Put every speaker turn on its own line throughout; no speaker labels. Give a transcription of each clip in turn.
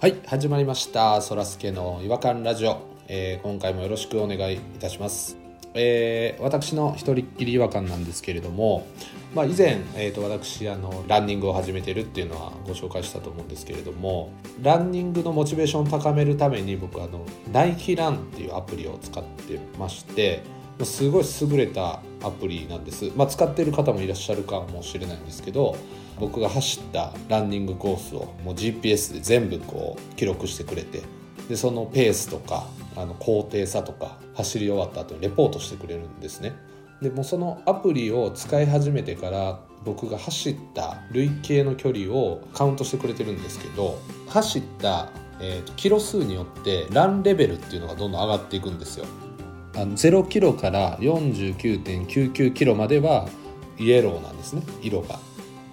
はい始まりましたそらすけの違和感ラジオ、えー今回もよろしくお願いいたします、えー私の一人っきり違和感なんですけれども、まあ、以前、えー、と私あのランニングを始めてるっていうのはご紹介したと思うんですけれどもランニングのモチベーションを高めるために僕あのナイキランっていうアプリを使ってましてまあすごい優れたアプリなんです、まあ、使ってる方もいらっしゃるかもしれないんですけど僕が走ったランニングコースをもう GPS で全部こう記録してくれてでそのペースとかあの高低差とか走り終わった後にレポートしてくれるんですねでもうそのアプリを使い始めてから僕が走った累計の距離をカウントしてくれてるんですけど走った、えーとキロ数によってランレベルっていうのがどんどん上がっていくんですよあの0キロから49.99キロまではイエローなんですね色が。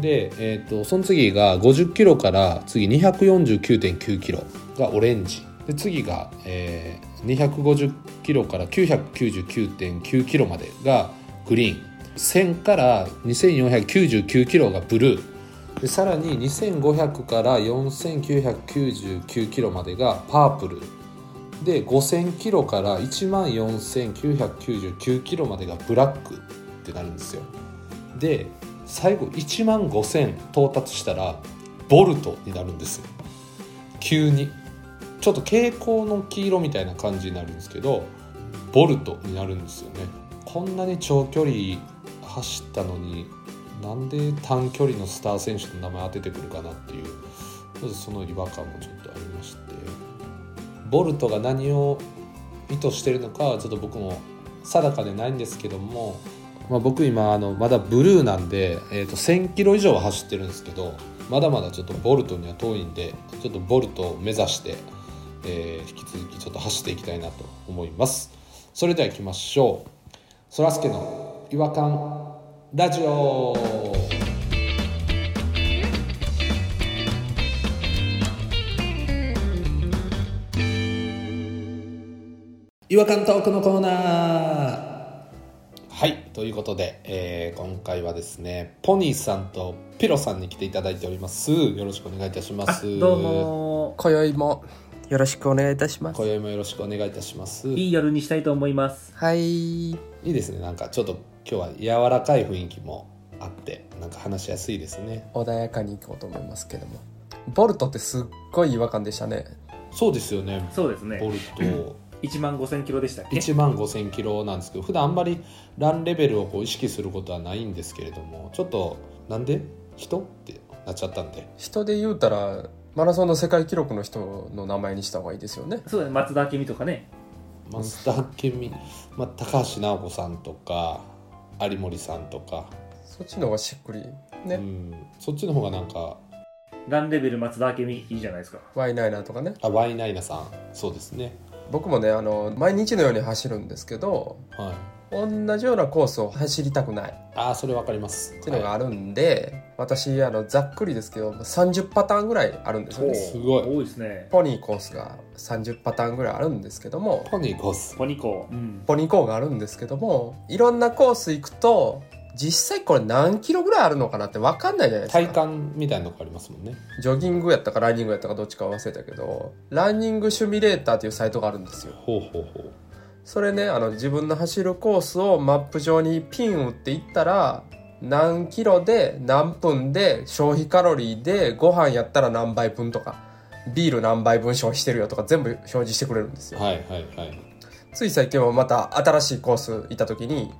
で、えー、とその次が50キロから次249.9キロがオレンジで次が、えー250キロから999.9キロまでがグリーン1000から2499キロがブルーでさらに2500から4999キロまでがパープルで5000キロから1万4999キロまでがブラックってなるんですよで最後1万5000到達したらボルトになるんですよ急にちょっと蛍光の黄色みたいな感じになるんですけどボルトになるんですよねこんなに長距離走ったのになんで短距離のスター選手の名前当ててくるかなっていうちょっとその違和感もちょっとありましてボルトが何を意図してるのかはちょっと僕も定かでないんですけども、まあ、僕今あのまだブルーなんで、えー、と1,000キロ以上は走ってるんですけどまだまだちょっとボルトには遠いんでちょっとボルトを目指して、えー引き続きちょっと走っていきたいなと思いますそれでは行きましょうそらすけの違和感ラジオ違和感トークのコーナーはいということで、えー今回はですねポニーさんとピロさんに来ていただいておりますよろしくお願いいたします
どうも
今宵もよろしくお願いいたします
今。宵もよろしくお願いいたします
い
い
い夜にしたいと思います
はい。
いですねなんかちょっと今日は柔らかい雰囲気もあってなんか話しやすいですね
穏やかに行こうと思いますけども。ボルトってすっごい違和感でしたね。
そうですよね
そうですね
ボルト
1万5000キロでしたっけ
1万5000キロなんですけど普段あんまりランレベルをこう意識することはないんですけれどもちょっとなんで人ってなっちゃったんで
人で言うたら、マラソンの世界記録の人の名前にした方がいいですよね。
そうだね松田明美とかね
マスターケミ、まあ、高橋尚子さんとか有森さんとか、
そっちの方がしっくり。
う
ね。
ん、そっちの方がなんか
ランレベル松田明美いいじゃないですか
ワイナイナーとかね。
あワイナイナさんそうですね
僕もね、あの、毎日のように走るんですけど、
はい
同じようなコースを走りたくないっ
ああそれわかります
ていうのが
は
あるんで、私、あの、ざっくりですけど、30パターンぐらいあるんですよ
お
ね。
すごい
多いですね
ポニーコースが30パターンぐらいあるんですけども
い、ポニーコース
ポニコうん
ポニコーがあるんですけどもいろんなコース行くと実際これ何キロぐらいあるのかなって分かんないじゃないですか
体感みたいなのがありますもんね
ジョギングやったかランニングやったかどっちか忘れたけどランニングシミュレーターというサイトがあるんですよ
ほうほうほう
それねあの自分の走るコースをマップ上にピン打っていったら何キロで何分で消費カロリーでご飯やったら何杯分とかビール何杯分消費してるよとか全部表示してくれるんですよ
はいはいはい
つい最近もまた新しいコース行った時に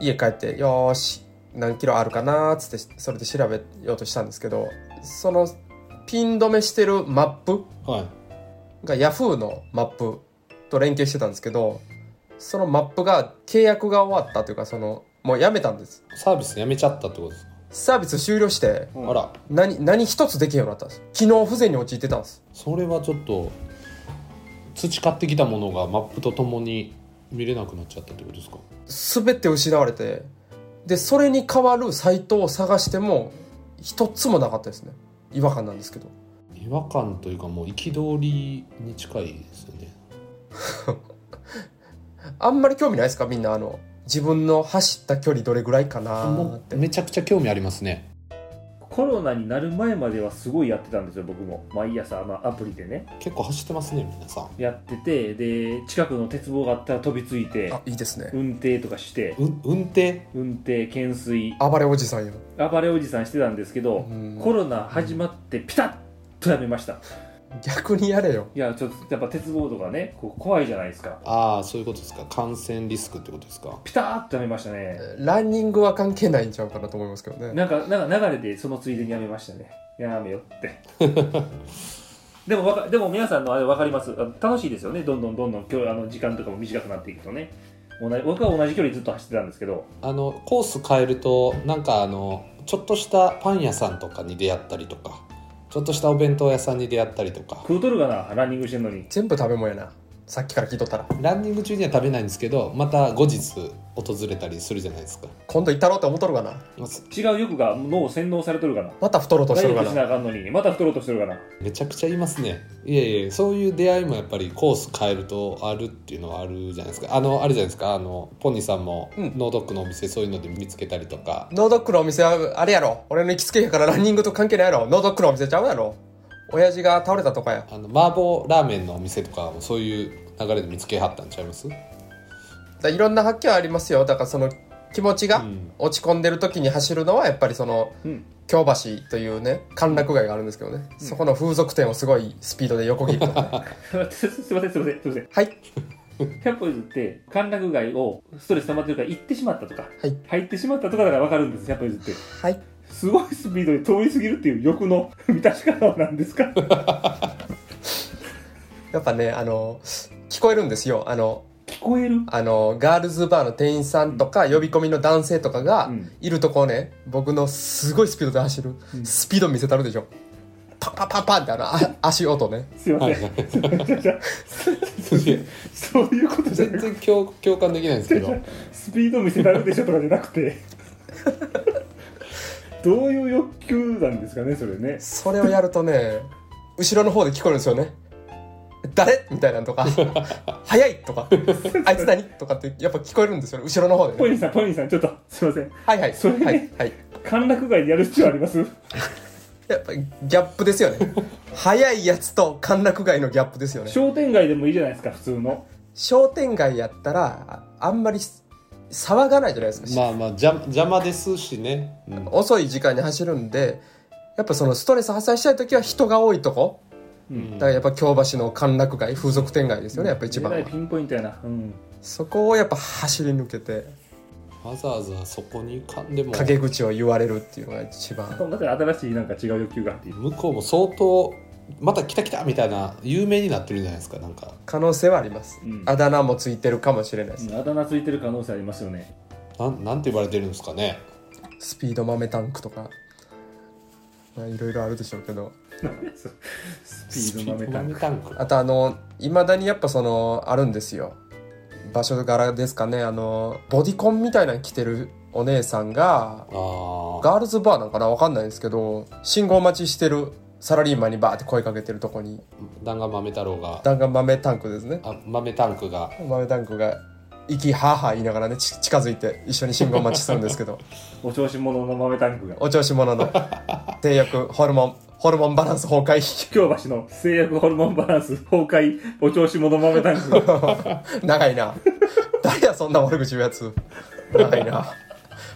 家帰ってよーし何キロあるかなーっつってそれで調べようとしたんですけどそのピン止めしてるマップ
はい
が Yahoo のマップと連携してたんですけどそのマップが契約が終わったというかそのもうやめたんです
サービスやめちゃったってことですか、
サービス終了して
うん
あら
何何一つできへんようになったんです機能不全に陥ってたんです
それはちょっと培ってきたものがマップとともに見れなくなっちゃったってことですか
全て失われてでそれに代わるサイトを探しても一つもなかったですね違和感なんですけど
違和感というかもう憤りに近いですよね
あんまり興味ないですかみんなあの自分の走った距りどれぐらいかなーっ
もう
て
めちゃくちゃ興味ありますね
コロナになる前まではすごいやってたんですよ僕も毎朝、まあ、アプリでね
結構走ってますね皆さん
やっててで近くの鉄棒があったら飛びついて
あいいですね
運転とかして
う運転
運転懸垂
暴れおじさんや
暴れおじさんしてたんですけど、
うん
コロナ始まってピタッとやめました、い
逆にやれよ
やちょっとやっぱ鉄棒とかねこう怖いじゃないですか
ああそういうことですか感染リスクってことですか
ピタッとやめましたね
ランニングは関係ないんちゃうかなと思いますけどね
なんかなんか流れでそのついでにやめましたねやめよって でもわかでも皆さんのあれ分かりますあの楽しいですよねどんどんどんどん距離あの時間とかも短くなっていくとね同じ僕は同じ距離ずっと走ってたんですけど
あのコース変えるとなんかあのちょっとしたパン屋さんとかに出会ったりとかちょっとしたお弁当屋さんに出会ったりとか
食うとるかなランニングしてんのに
全部食べ物やなさっきから聞いとったら
ランニング中には食べないんですけどまた後日訪れたりするじゃないですか
今度行ったろうって思っとるかな
まあ
違う欲が脳を洗脳されとるかな
また太ろうとし
ダ
て
イエ
る
ッ
か
トし
な
なあかんのにまた太ろうとしてるかな
めちゃくちゃ言いますねいえいえそういう出会いもやっぱりコース変えるとあるっていうのはあるじゃないですかあのあれじゃないですかあのポニーさんも
うん
ノードックのお店そういうので見つけたりとか、
ノードックのお店はあれやろ俺の行きつけやからランニングと関係ないやろノードックのお店ちゃうやろ親父が倒れたとかや
あの麻婆ラーメンのお店とかもそういう流れで見つけはったんちゃいます
だからいろんな発見はありますよだからその気持ちが
うん
落ち込んでる時に走るのはやっぱりその
うん
京橋というね歓楽街があるんですけどね、そこの風俗店をすごいスピードで横切るとかね
すいませんすいませんすいませんすいません
はい
100歩譲って歓楽街をストレス溜まってるから行ってしまったとか、
はい
入ってしまったとかだから分かるんです100歩譲って
はい
すごいスピードで通り過ぎるっていう欲の満たし方は何です か
やっぱねあの聞こえるんですよあの
聞こえる
あのガールズバーの店員さんとか呼び込みの男性とかが
うん
いるとこをね僕のすごいスピードで走る
うん
スピード見せたるでしょパンパンパンパンってあのあ足音ね
すいません、すいませんじゃあそういうことじゃ
全
なくて
然共共感できないんですけ ど
スピード見せられるでしょとかじゃなく てどういう欲求なんですかねそれね
それをやるとね後ろの方で聞こえるんですよね誰みたいなのとか早いとかあいつ何とかってやっぱ聞こえるんですよね後ろの方で
ポ
ね、
ニーさんポニーさんちょっとすいません
はいはい
それね
はいはい
歓楽街でやる必要あります
やっぱギャップですよね早いやつと歓楽街のギャップですよね
商店街でもいいじゃないですか普通の
商店街やったらああんまり騒がないじゃないですか、
まあまあ邪邪魔ですしね、うん
遅い時間に走るんでやっぱそのストレス発散したい時は人が多いとこだからやっぱ京橋の歓楽街風俗店街ですよねやっぱ一番は
狙いピンポイントやなうん
そこをやっぱ走り抜けて
わざわざそこに行かんでも
陰口を言われるっていうのが一番
また新しいなんか違う欲求があっていい
向こうも相当また来た来たみたいな有名になってるんじゃないですかなんか
可能性はあります、
うん
あだ名もついてるかもしれないで
う
す、
んあだ名ついてる可能性ありますよね
なんなんて言われてるんですかね
スピード豆タンクとかまあいろいろあるでしょうけど
スピード豆タンク
スピード豆タン
あとあのいまだにやっぱそのあるんですよ場所柄ですかねあのボディコンみたいなの着てるお姉さんが
クああ
ガールズバーなんかなわかんないんですけど信号待ちしてるサラリーマンにバーって声かけてるとこに
弾丸豆太郎が
弾丸豆タンクですね
あ豆タンクが
豆タンクが息はあはあ言いながらねち近づいて一緒に信号待ちするんですけど
お調子者の豆タンクが
お調子者の性欲ホルモンホルモンバランス崩壊
京橋の制約ホルモンバランス崩壊お調子者豆タンク が
長いな誰やそんな悪口言うやつ長いな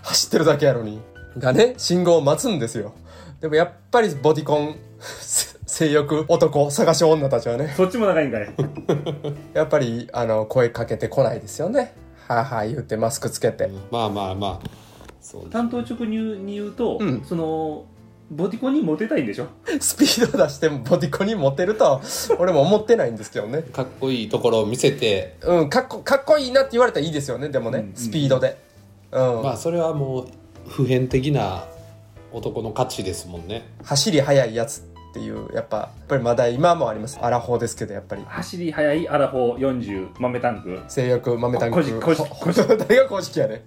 走ってるだけやのにがね信号を待つんですよでもやっぱりボディコン性欲男探し女たちはね
そっちも長いんかい
やっぱりあの声かけてこないですよねはあはあ言ってマスクつけて、
まあまあまあそう
担当直入に言うと、
うん
そのボディコンにモテたいんでしょ
スピード出してボディコンにモテるとは俺も思ってないんですけどね
かっこいいところを見せて
うん、かっこかっこいいなって言われたらいいですよねでもね、
うんうん
スピードで、うん
まあそれはもう普遍的な男の価値ですもんね
走り速いやつっていうやっぱやっぱりまだ今もありますアラフォーですけどやっぱり
走り速いアラフォー40豆タンク
性欲豆タン
こ
ク
こじこじ
ほほ誰が公式やねん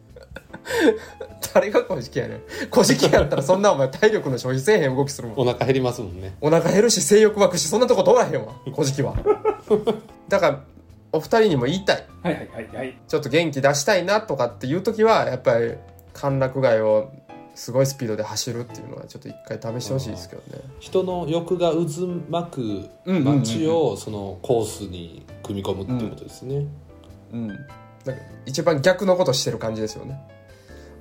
誰が公式やねん公式やったらそんなお前体力の消費せえへん動きするもん
お腹減りますもんね
お腹減るし性欲湧くしそんなとこ通らへんわ公式はだからお二人にも言いたい
はいはいはいはい
ちょっと元気出したいなとかっていう時はやっぱり歓楽街をすごいスピードで走るっていうのはちょっと一回試してほしいですけどね
人の欲が渦巻く
うんうんうんうん
街をそのコースに組み込むっていうことですね、
うんなんか一番逆のことしてる感じですよね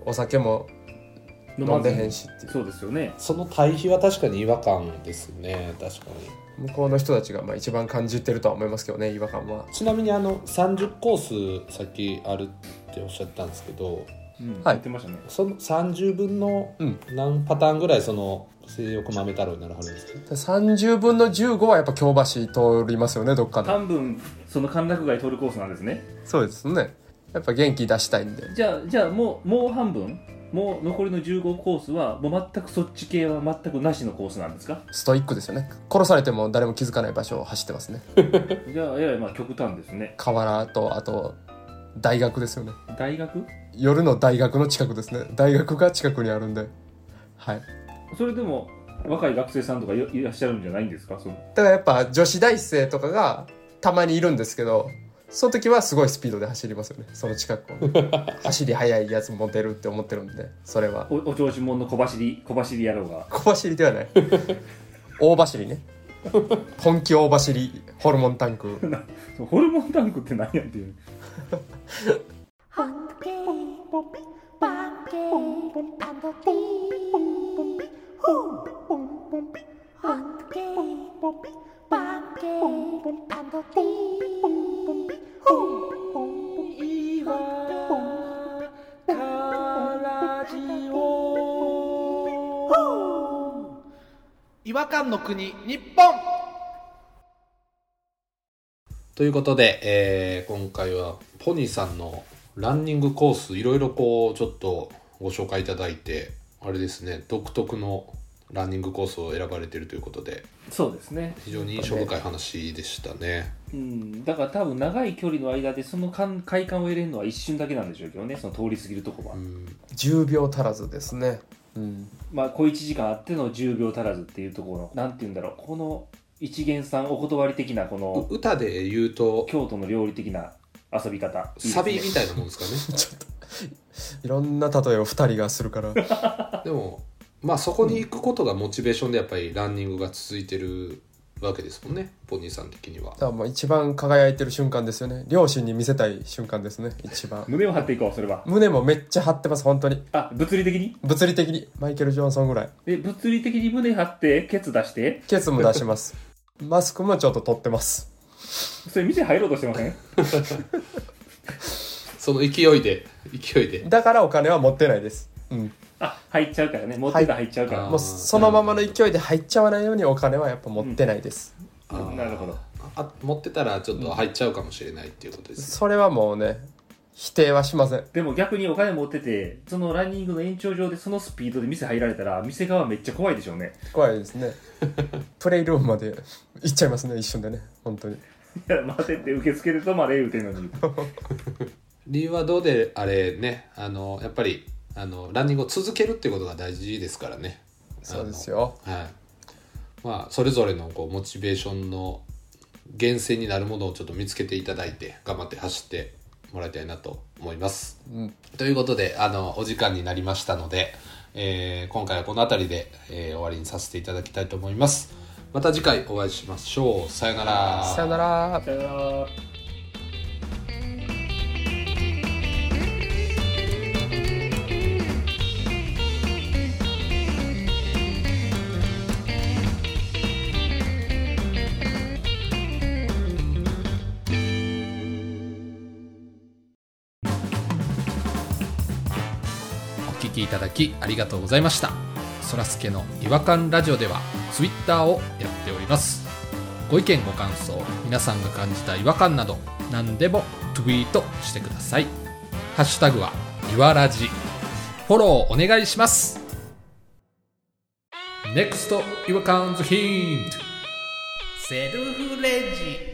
お酒も飲んでへんしっていう
そうですよね
その対比は確かに違和感ですね確かに
向こうの人たちがまあ一番感じてるとは思いますけどね違和感は
ちなみにあの30コース先あるっておっしゃったんですけど
うん
は
言
い
ってましたね
その30分の
うん
何パターンぐらいその性欲豆太郎になるはずですか
30分の15はやっぱ京橋通りますよねどっかで
半分その歓楽街通るコースなんですね
そうですねやっぱ元気出したいんで
じゃあじゃあもうもう半分もう残りの15コースはもう全くそっち系は全くなしのコースなんですか
ストイックですよね殺されても誰も気づかない場所を走ってますね
じゃあややまあ極端ですね
河原とあと大学ですよね
大学
夜の大学の近くですね大学が近くにあるんではい
それでも若い学生さんとかいいらっしゃるんじゃないんですかその
だからやっぱ女子大生とかがたまにいるんですけどその時はすごいスピードで走りますよねその近くを走り速いやつも出るって思ってるんでそれは
おお調子者の小走り小走り野郎が
小走りではない大走りね本気大走りホルモンタンク
ホルモンタンクって何やっていう
Hunky,
違和感の国日本
ということで、えー今回はポニーさんのランニングコースいろいろこうちょっとご紹介いただいてあれですね独特のランニングコースを選ばれているということで
そうですね
非常に印象深い話でしたね。
うんだから多分長い距離の間でその間快感を得れるのは一瞬だけなんでしょうけどねその通り過ぎるとこは、
うん
10秒足らずですねうん
まあ小1時間あっての10秒足らずっていうところのなんて言うんだろうこの一元さんお断り的なこの
う歌で言うと
京都の料理的な遊び方いいですね
サビみたいなもんです か
いろんな例えを2人がするから
ね。でもまあそこに行くことがモチベーションでやっぱりランニングが続いてるわけですもんねポニーさん的には。
だからもう一番輝いてる瞬間ですよね両親に見せたい瞬間ですね一番
胸を張っていこうそれは
胸もめっちゃ張ってます本当に
あ物理的に
物理的にマイケル・ジョンソンぐらい
え物理的に胸張ってケツ出して
ケツも出します マスクもちょっと取ってます
それ店入ろうとしてません
その勢いで勢いで。
だからお金は持ってないですうん
あ入っちゃうからね持ってたら入っちゃうから、
あー
もうそのままの勢いで入っちゃわないようにお金はやっぱ持ってないです、
あー
なるほど
あ持ってたらちょっと入っちゃうかもしれないっていうことです、
それはもうね否定はしません
でも逆にお金持っててそのランニングの延長上でそのスピードで店入られたら店側めっちゃ怖いでしょうね
怖いで すねプレイルームまで行っちゃいますね一瞬でね本当に
いや待てって受付で止まれ言うてんの に
理由はどうであれねあのやっぱりあのランニングを続けるっていうことが大事ですからね
そうですよ
あのはいまあそれぞれのこうモチベーションの源泉になるものをちょっと見つけていただいて頑張って走ってもらいたいなと思います、
うん
ということであのお時間になりましたので、えー今回はこの辺りで、えー終わりにさせていただきたいと思いますまた次回お会いしましょうさよなら
さよなら
さよなら
お聞きいただきありがとうございましたそらすけの違和感ラジオではツイッターをやっておりますご意見ご感想皆さんが感じた違和感など何でもツイートしてくださいハッシュタグはいわらじフォローお願いします NEXT 違和感ズヒントセルフレジ